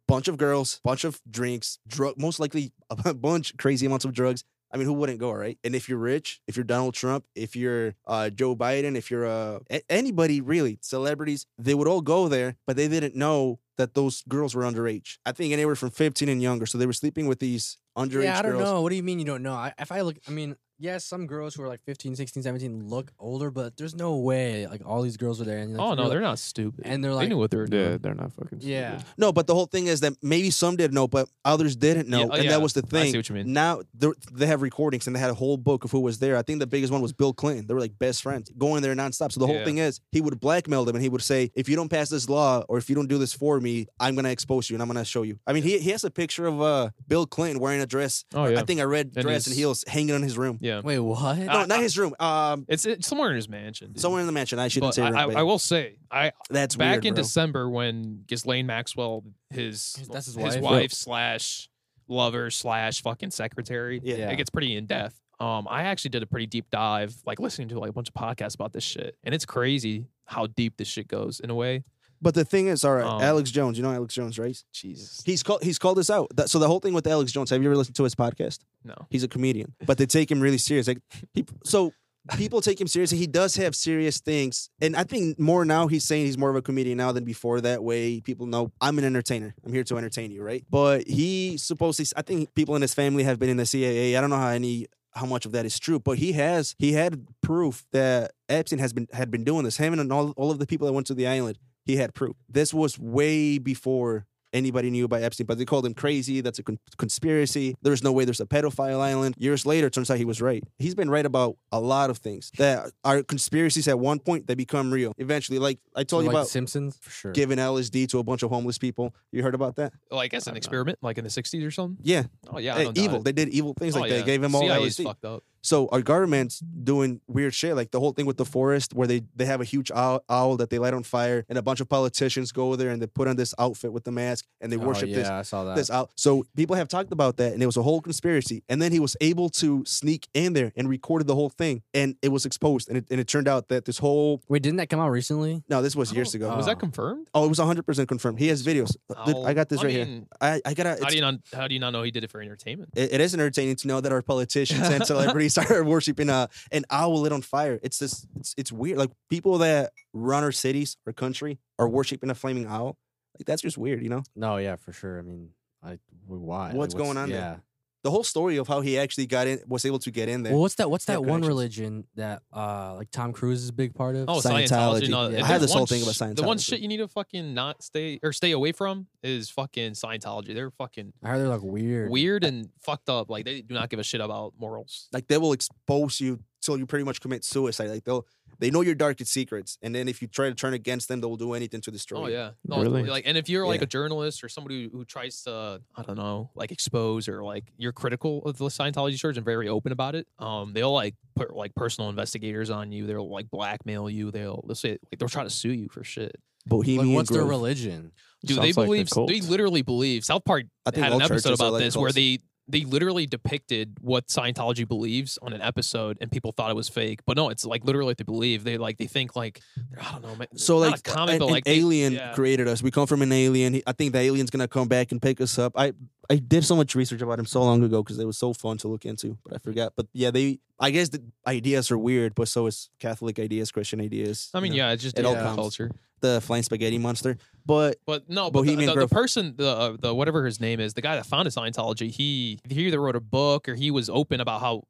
bunch of girls, bunch of drinks, drug, most likely a bunch crazy amounts of drugs. I mean, who wouldn't go, right? And if you're rich, if you're Donald Trump, if you're uh, Joe Biden, if you're uh, a- anybody really, celebrities, they would all go there, but they didn't know that those girls were underage. I think anywhere from 15 and younger. So they were sleeping with these underage yeah, I don't girls. know. What do you mean you don't know? I, if I look, I mean, yes, some girls who are like 15, 16, 17 look older, but there's no way like all these girls were there. And, like, oh you're no, like- they're not stupid. and they're they like, knew what they were doing. Yeah, they're not fucking. stupid. yeah, No, but the whole thing is that maybe some did know, but others didn't know, oh, and yeah. that was the thing. I see what you mean. Now they're- they have recordings, and they had a whole book of who was there. I think the biggest one was Bill Clinton. They were like best friends, going there nonstop. So the whole Yeah. thing is, he would blackmail them, and he would say, "If you don't pass this law, or if you don't do this for me, I'm gonna expose you, and I'm gonna show you." I mean, he, he has a picture of uh, Bill Clinton wearing a dress. Oh yeah, I think I read And dress and his- heels hanging on his room. yeah. Wait, what? No, not his room. Um, It's, it's somewhere in his mansion. dude. somewhere in the mansion. I shouldn't But say. I, room, I, but I will say, I That's back weird, in bro. December when Ghislaine Maxwell, his His- that's his wife. his wife slash lover slash fucking secretary, Yeah. it gets pretty in depth. Um, I actually did a pretty deep dive, like listening to like a bunch of podcasts about this shit, and it's crazy how deep this shit goes in a way. But the thing is, all right, Um, Alex Jones. You know Alex Jones, right? Jesus, He's called he's called us out. That- so the whole thing with Alex Jones. Have you ever listened to his podcast? no, He's a comedian, but they take him really serious. Like he, so people take him seriously. He does have serious things, and I think more now he's saying he's more of a comedian now than before. That way, people know I'm an entertainer. I'm here to entertain you, right? But he supposedly, I think people in his family have been in the CIA. I don't know how any how much of that is true, but he has he had proof that Epstein has been had been doing this. Him and all all of the people that went to the island, he had proof. This was way before anybody knew about Epstein, but they called him crazy. That's a con- conspiracy. There's no way there's a pedophile island. Years later, it turns out he was right. He's been right about a lot of things that are conspiracies at one point, they become real eventually. Like I told you like The about Simpsons for sure. giving LSD to a bunch of homeless people. You heard about that? like as an experiment, like in the '60s or something. Yeah. Oh yeah, I Eh, don't doubt evil. it. They did evil things Oh, like yeah. that. Gave him all CIA's LSD. fucked up. So our government's doing weird shit, like the whole thing with the forest, where they they have a huge owl, owl that they light on fire, and a bunch of politicians go there and they put on this outfit with the mask and they Oh, worship yeah, this I saw that. this out. So people have talked about that, and it was a whole conspiracy. And then he was able to sneak in there and recorded the whole thing, and it was exposed. And it, and it turned out that this whole Wait, didn't that come out recently? no, this was years ago. Was Oh. that confirmed? Oh, it was 100 percent confirmed. He has videos. Dude, I I'll- got this right here. mean, I, I gotta. How it's- do you not? How do you not know he did it for entertainment? it- it is entertaining to know that our politicians and celebrities are worshiping uh, an owl lit on fire. It's this. It's it's weird. Like people that run our cities, our country, are worshiping a flaming owl. Like that's just weird, you know. No, yeah, for sure. I mean, I why? Like, What's going on Yeah. there? The whole story of how he actually got in, was able to get in there. Well, what's that? What's They have that one connections. religion that uh like Tom Cruise is a big part of? Oh, Scientology. Scientology. No, Yeah. if I had there's this whole one thing about sh- The one Scientology. shit you need to fucking not stay or stay away from is fucking Scientology. They're fucking I heard they're like weird. weird and fucked up. Like they do not give a shit about morals. like they will expose you till you pretty much commit suicide. Like they'll they know your darkest secrets, and then if you try to turn against them, they will do anything to destroy. Oh you. yeah, no, it's Really? like and if you're like Yeah. a journalist or somebody who, who tries to I don't know like expose or like you're critical of the Scientology church and very open about it, um, they'll like put like personal investigators on you. They'll like blackmail you. They'll let's say like they'll try to sue you for shit. Bohemian Like, what's their Grove. religion? Dude, Sounds like they a believe cult. they literally believe South Park I think had all an episode churches are about like this where cults. they they literally depicted what Scientology believes on an episode, and people thought it was fake. But no, it's like literally what they believe. They like they think like I don't know, man, So not like, a comic, an, but an like they- alien yeah. created us. We come from an alien. He, I think the alien's gonna come back and pick us up. I I did so much research about him so long ago because it was so fun to look into, but I forgot. But yeah, they I guess the ideas are weird, but so is Catholic ideas, Christian ideas. I mean, you know, yeah, it's just it a all different comes. culture. the flying spaghetti monster. But But no, but the- Bohemian the, the, Grove. person, the uh, the whatever his name is, the guy that founded Scientology, he he either wrote a book or he was open about how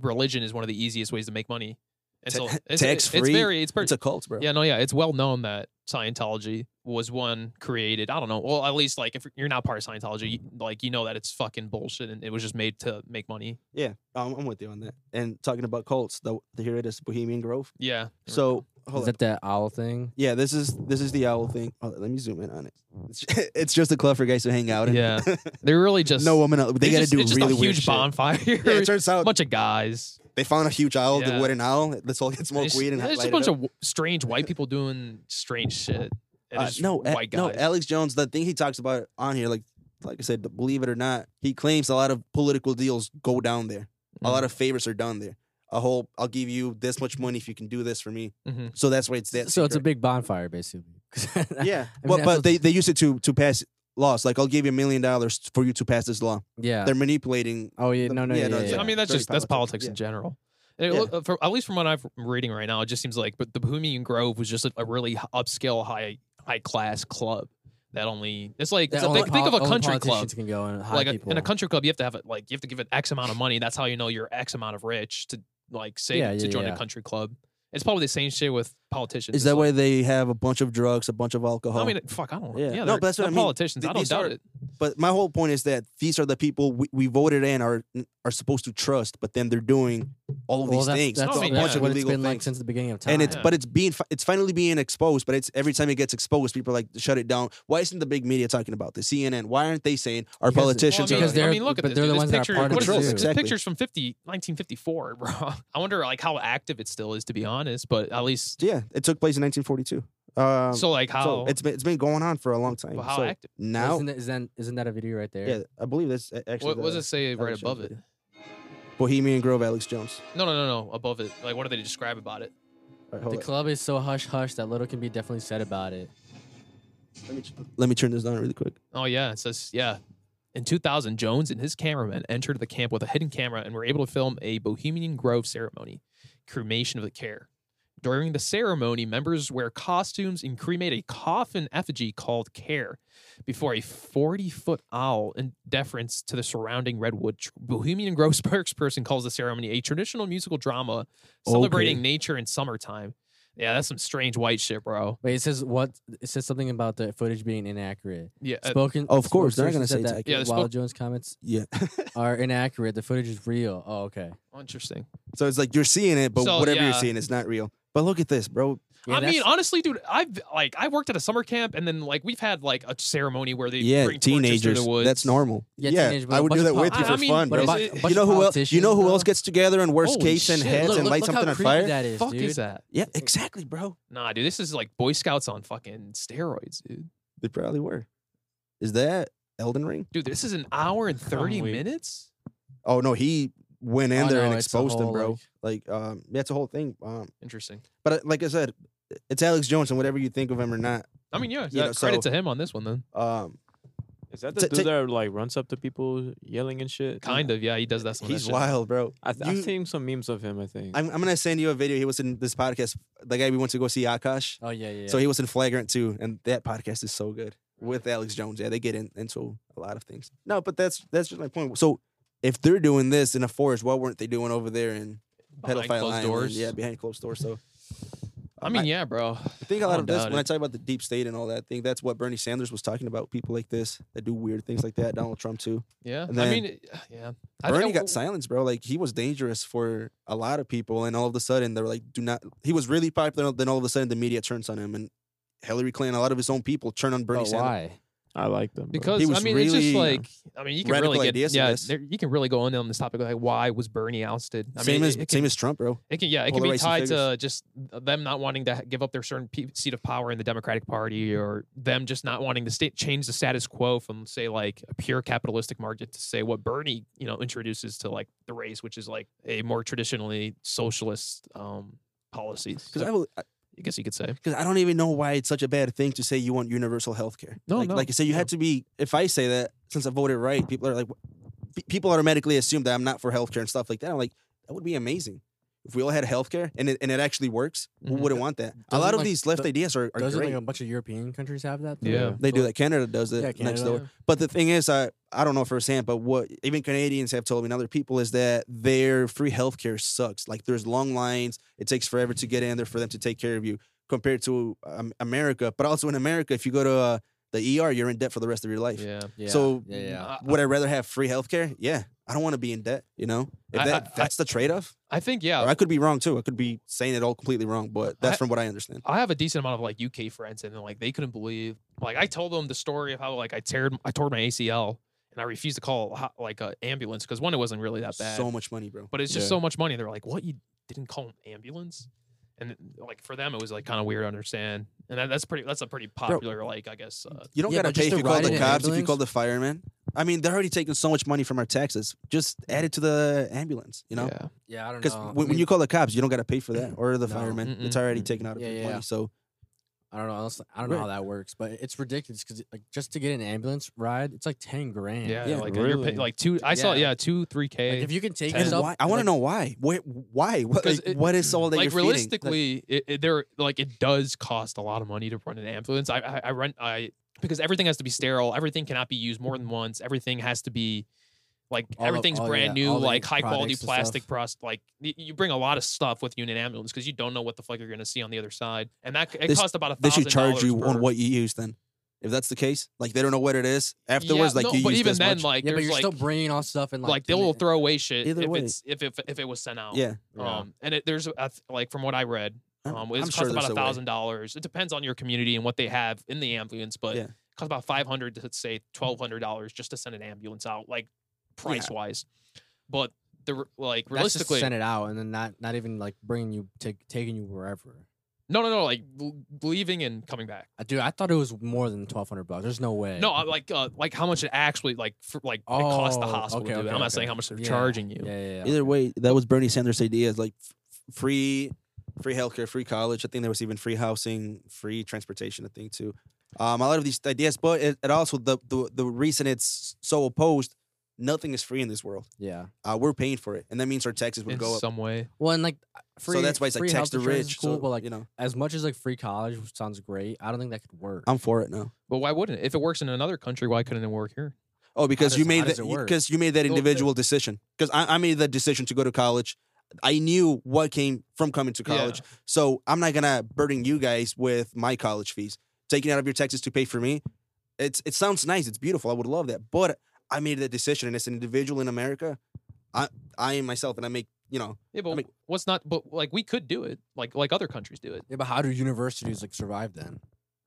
religion is one of the easiest ways to make money. And Ta- so it's, it's, tax-free, it's very it's, per- it's a cult, bro. Yeah, no, yeah, it's well known that Scientology was one created. I don't know. Well, at least like if you're not part of Scientology, you- like you know that it's fucking bullshit and it was just made to make money. Yeah, I'm, I'm with you on that. And talking about cults, the, the here it is, Bohemian Grove. Yeah. So hold Is on. that that owl thing? yeah, this is this is the owl thing. Hold on, let me zoom in on it. It's, it's just a club for guys to hang out. In. Yeah. they're really just no woman. uh, They got it's to just- do it's just really a weird huge shit. bonfire. Yeah, it turns out bunch of guys. they found a huge owl. They Yeah. went an owl. Let's all get smoke It's- weed and it's just light a it bunch up. of w- strange white people doing strange shit. And Uh, it's just no, A- white no. eh, guys. Alex Jones, the thing he talks about on here, like like I said, the- believe it or not, he claims a lot of political deals go down there. A lot of favors are done there. A whole, I'll give you this much money if you can do this for me. Mhm. So that's why it's that. so it's a secret. big bonfire, basically. yeah, but mean, that's but what- they, they use it to to pass laws. Like I'll give you a million dollars for you to pass this law. Yeah. They're manipulating. Oh yeah. the- No. No. yeah, Yeah. no, yeah, it's yeah. not- I mean, that's dirty just that's politics, politics yeah. in general. And it Yeah. look- for, at least from what I'm reading right now, it just seems like but the Bohemian Grove was just a, a really h- upscale, high high class club that only it's like That it's a- only think, think pol- of a only country club. politicians Can go and hide Like a, people. in a country club, you have to have it like you have to give it X amount of money. That's how you know you're X amount of rich to like say Yeah, to yeah, join yeah. a country club. It's probably the same shit with politicians. Is It's that like- why they have a bunch of drugs, a bunch of alcohol? I mean, fuck, I don't. Yeah. No, Yeah, yeah but they're, that's what they're I mean. politicians. Th- I don't these doubt are- it. but my whole point is that these are the people we, we voted in are are supposed to trust, but then they're doing all of Well, these that's, things, That's, No, I mean, that's yeah. what it's illegal been like things. since the beginning of time. and it's Yeah. but it's being fi- it's finally being exposed. But it's every time it gets exposed, people are like, shut it down. Why isn't the big media talking about this? CNN? Why aren't they saying our Because- politicians? Well, are because like- they're- I mean, look at but this, they're the this ones that are picture, part of what is the this? truth. This Exactly. picture's from 50, 1954, bro. I wonder like how active it still is, to be honest. But at least yeah, it took place in 1942. Um, so like how so it's been it's been going on for a long time. well, how So active? now, Isn't, that, is that, isn't that a video right there? yeah, I believe that's a- actually What, what does the it say right Alex Jones above it? video. Bohemian Grove, Alex Jones. No, no, no, no. Above it. Like, what do they describe about it? All right, The hold on. club is so hush hush that little can be definitely said about it. let me ch- let me turn this down really quick. Oh yeah, it says yeah. In 2000, Jones and his cameraman entered the camp with a hidden camera and were able to film a Bohemian Grove ceremony, cremation of the care. During the ceremony, members wear costumes and cremate a coffin effigy called Care before a 40 foot owl in deference to the surrounding redwood. tr- Bohemian Grove spokesperson calls the ceremony a traditional musical drama celebrating Okay. nature in summertime. Yeah, that's some strange white shit, bro. Wait, it says what? It says something about the footage being inaccurate. Yeah. uh, Spoken. of course, they're not spokesperson gonna said say it's that accurate. Yeah, the Wild spoke- Jones comments Yeah, are inaccurate. The footage is real. Oh, okay. oh, interesting. so it's like you're seeing it, but So, whatever you're yeah. seeing is not real. But look at this, bro. Yeah, I mean, that's- honestly, dude, I've like I worked at a summer camp, and then like we've had like a ceremony where they yeah, bring torches through teenagers. the woods. That's normal. Yeah, teenage- but I a would bunch do of that with pop- you I- for I mean, fun, but bro. a bu- a you bunch know of who else? You know who politicians, else though? gets together and wears Holy capes and shit, hats look, and look, light look something how on creepy fire? That is, Fuck dude. is that? Yeah, exactly, bro. Nah, dude, this is like Boy Scouts on fucking steroids, dude. They probably were. Is that Elden Ring? Dude, this is an hour and thirty weak. minutes. Oh no, he went in Oh, there no, and it's a exposed them, whole, bro. like- Like, um, that's a whole thing. Um, Interesting. but uh, like I said, it's Alex Jones, and whatever you think of him or not, I mean, yeah, You yeah, know, credit so- to him on this one, then. um, Is that the the T- dude dude t- that like runs up to people yelling and shit? Kind of, yeah, he does that. Some of that he's shit. wild, bro. I th- You- I've seen some memes of him. I think. I'm, I'm gonna send you a video. He was in this podcast. The guy we went to go see Akash. Oh yeah, yeah. yeah. So he was in Flagrant too, and that podcast is so good with Alex Jones. Yeah, they get in, into a lot of things. No, but that's that's just my point. So if they're doing this in a forest, what weren't they doing over there in Behind pedophile closed island? doors. Yeah, behind closed doors. So I mean, I- yeah, bro. I think a lot don't of this doubt when I it. talk about the deep state and all that thing, that's what Bernie Sanders was talking about. People like this that do weird things like that. Donald Trump too. Yeah, And I then mean, it- yeah. I think Bernie I- got silenced, bro. Like he was dangerous for a lot of people, and all of a sudden they were like, "Do not." He was really popular. Then all of a sudden the media turns on him, and Hillary Clinton, a lot of his own people, turn on Oh, Bernie But Sanders. why? I like them. bro. Because He was I mean, it's really, just like I mean, you can radical really get ideas in yeah, this. there, you can really go in on this topic like why was Bernie ousted? I same mean, as it, it can same as Trump, bro. It can, yeah, it can be Polarizing tied figures. to just them not wanting to give up their certain pe- seat of power in the Democratic Party, or them just not wanting to sta- change the status quo from, say, like a pure capitalistic market to say what Bernie, you know, introduces to like the race, which is like a more traditionally socialist um, policies. Because I, I will, guess you could say because I don't even know why it's such a bad thing to say you want universal health care. No, like, no, like I say, you no. had to be. If I say that, since I voted right, people are like, pe- people automatically assume that I'm not for healthcare and stuff like that. I'm like, that would be amazing if we all had healthcare and it, and it actually works. Who Mhm. wouldn't want that? a Mm-hmm. Doesn't, lot of like, these left the- ideas are, are Doesn't great. like a bunch of European countries have that? though? Yeah. they do that. Canada does it Yeah, next Canada. door. But the thing is, I I don't know firsthand, but what even Canadians have told me and other people is that their free healthcare sucks. Like there's long lines. It takes forever to get in there for them to take care of you compared to um, America. But also in America, if you go to uh, the ER, you're in debt for the rest of your life. yeah. Yeah, So yeah, yeah. I- would I rather have free healthcare? Yeah. I don't want to be in debt, you know? If I- that, I- I- that's the trade off. I think yeah, Or I could be wrong too. I could be saying it all completely wrong, but that's I- from what I understand. I have a decent amount of like UK friends, and then, like they couldn't believe. Like I told them the story of how like I teared I tore my ACL, and I refused to call a ho- like an ambulance because one, it wasn't really that bad. So much money, bro. but it's just Yeah. so much money. They're like, "What? You didn't call an ambulance?" And th- like for them, it was like kind of weird to understand. And that, that's pretty. That's a pretty popular like I guess. Uh, You don't Yeah, gotta but just pay if to you call ride the in an cops, if you call ambulance? the firemen. I mean, they're already taking so much money from our taxes. Just add it to the ambulance, you know? yeah. yeah, I don't know. Because I when, when mean, you call the cops, you don't gotta pay for that or the firemen. It's Mm-mm. already taken out of Yeah, your yeah. money. So I don't know. else- I don't know how that works, but it's ridiculous because like just to get an ambulance ride, it's like ten grand. Yeah, Yeah, like you're pay, really. like two. I saw Yeah. yeah two three Like, k. if you can take And And yourself, why, I want like, to know why. Why? Why? What, Because like, it- what is all that like you're feeding? realistically, it, it, there like it does cost a lot of money to run an ambulance. I I, I rent I because everything has to be sterile. Everything cannot be used more than once. Everything has to be like All of- everything's oh, brand yeah, new, all the like high products quality and stuff. plastic. Prost, like y- you bring a lot of stuff with you in an ambulance because you don't know what the fuck you're gonna see on the other side, and that c- it This- costs about a. they should $1,000 charge you per- on what you use then. If that's the case, like they don't know what it is afterwards. Yeah, like no, you but use even this then, much. like yeah, but there's you're like still bringing all stuff and like, like, they and will it- throw away shit Either if way. it's if it if it was sent out. yeah, Um, and it, there's a, th- like from what I read, I'm- um, it I'm costs sure about there's a a way. thousand dollars. It depends on your community and what they have in the ambulance, but Yeah. it costs about five hundred to say twelve hundred dollars just to send an ambulance out, like price wise. But the re- like that's just realistically, send it out and then not not even like bringing you take taking you wherever. no, no, no, like l- leaving and coming back. I Dude, I thought it was more than twelve hundred bucks. There's no way. No, I, like uh, like how much it actually like for, like it costs the Oh, hospital. to okay, do it. okay, I'm not okay. saying how much they're Yeah, charging you. Yeah, yeah, yeah. Either way, that was Bernie Sanders' idea. is, Like f- free, free healthcare, free college. I think there was even free housing, free transportation. I think too. Um, a lot of these ideas, but it, it also the, the the reason it's so opposed. Nothing is free in this world. Yeah. Uh, we're paying for it, and that means our taxes would In go up. some way, Well, and like free, so that's why it's like free tax health the insurance is rich. Cool, so, but like you know, as much as like free college sounds great, I don't think that could work. I'm for it now. but why wouldn't it? If it works in another country, why couldn't it work here? Oh, because does- you how made does that it work? because you made that Well, the- individual decision. Because I, I made the decision to go to college. I knew what came from coming to Yeah. college, so I'm not gonna burden you guys with my college fees. Taking out of your taxes to pay for me, it's it sounds nice. It's beautiful. I would love that, but I made that decision, and as an individual in America, I I am myself, and I make you know Yeah, but mean- what's not? But like we could do it, like like other countries do it. yeah, but how do universities like survive then?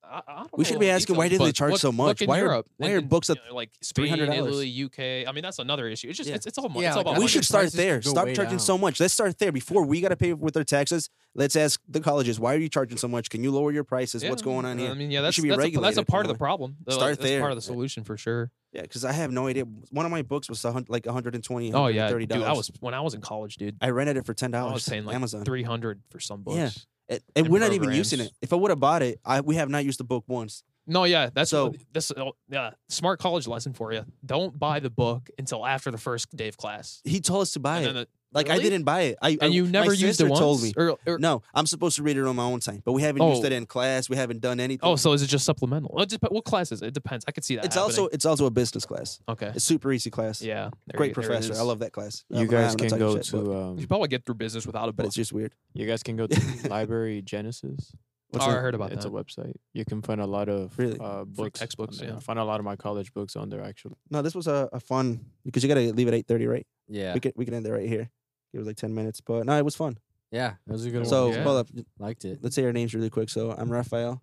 I, I don't We should know be all the asking, why details, did they but charge look- so much? look in Why are- Europe, why in- are in, books at you know, like Spain, $300? Italy, UK? I mean, that's another issue. It's just Yeah. it's, it's all money. Yeah, it's all like, about I we think money. should the start prices there. go Start way charging down. so much. Let's start there before we got to pay with their taxes. Let's ask the colleges, why are you charging so much? Can you lower your prices? What's Yeah, going on here? I mean, yeah, that's should be that's, a, that's a regulated part of the more. problem. though, Start that's there. part of the solution for sure. Yeah, because I have no idea. One of my books was a hun- like 120 Oh yeah, $130. dude, I was when I was in college, dude. I rented it for ten I dollars. was paying like Amazon, three hundred for some books. Yeah. and, and and we're not even using programs. it. If I would have bought it, I, we have not used the book once. No, yeah, that's So- so, this oh, yeah smart college lesson for you. Don't buy the book until after the first day of class. He told us to buy And it. then the- like I really? didn't buy it. I I- and you my never used sister it once. Told me. Or, or- No, I'm supposed to read it on my own time, but we haven't used Oh. it in class. We haven't done anything. Oh, so is it just supplemental? Well, it dep- what class is it? It depends. I could see that. it's happening. also it's also a business class. okay. It's super easy class. Yeah, there great you- there it professor. I is. love that class. You I'm- guys I'm not can talking go shit, but- to. You could Um, probably get through business without a but book. it's just weird. you guys can go to Library Genesis. Oh, I heard about It's that. a website. You can find a lot of Really? uh, books, on textbooks, there. yeah. Find a lot of my college books on there actually. No, this was a, a fun because you gotta leave at eight thirty, right? Yeah, We can we can end it right here. It was like ten minutes, but no, it was fun. yeah, it was a good So one. Yeah. hold up, Liked it. let's say our names really quick. So I'm Raphael.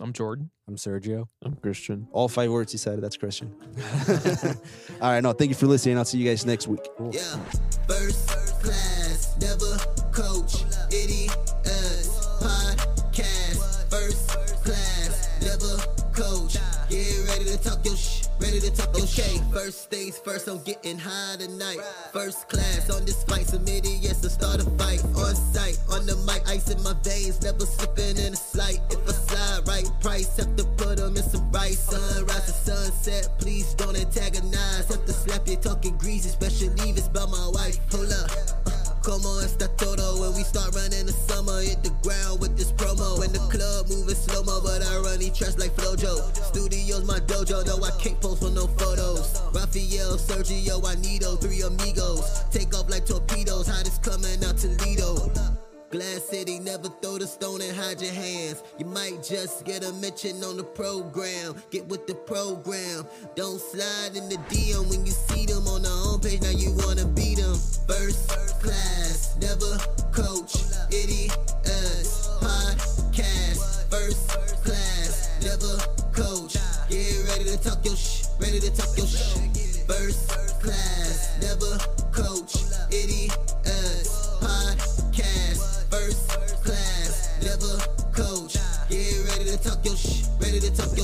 I'm Jordan. I'm Sergio. I'm Christian. All five words he said. That's Christian. All right, no, thank you for listening. I'll see you guys next week. Yeah, first class, never coach, idiot podcast. First class, never coach. Get ready to talk your sh, ready to talk your shit. First things first, I'm getting high tonight. First class on this flight, some idiots to start a fight. On site, on the mic, ice in my veins, never slipping in a slight. If I slide right, price have to put 'em in some rice. Sunrise to sunset, please don't antagonize. Have to slap you talking greasy, especially if it's by my wife. Hold up. uh, Como esta todo when we start running the summer hit the ground with this promo in the club moving slow mo but I run these tracks like Flojo studios my dojo no I can't post for no photos Raphael Sergio I need those three amigos take off like torpedoes how this coming out Toledo Glass City never throw the stone and hide your hands you might just get a mention on the program get with the program don't slide in the DM when you see them on the homepage now you wanna beat them first class never coach idiots podcast first class never coach get ready to talk your sh ready to talk your sh first class never coach idiots podcast first class never coach get ready to talk your sh ready to talk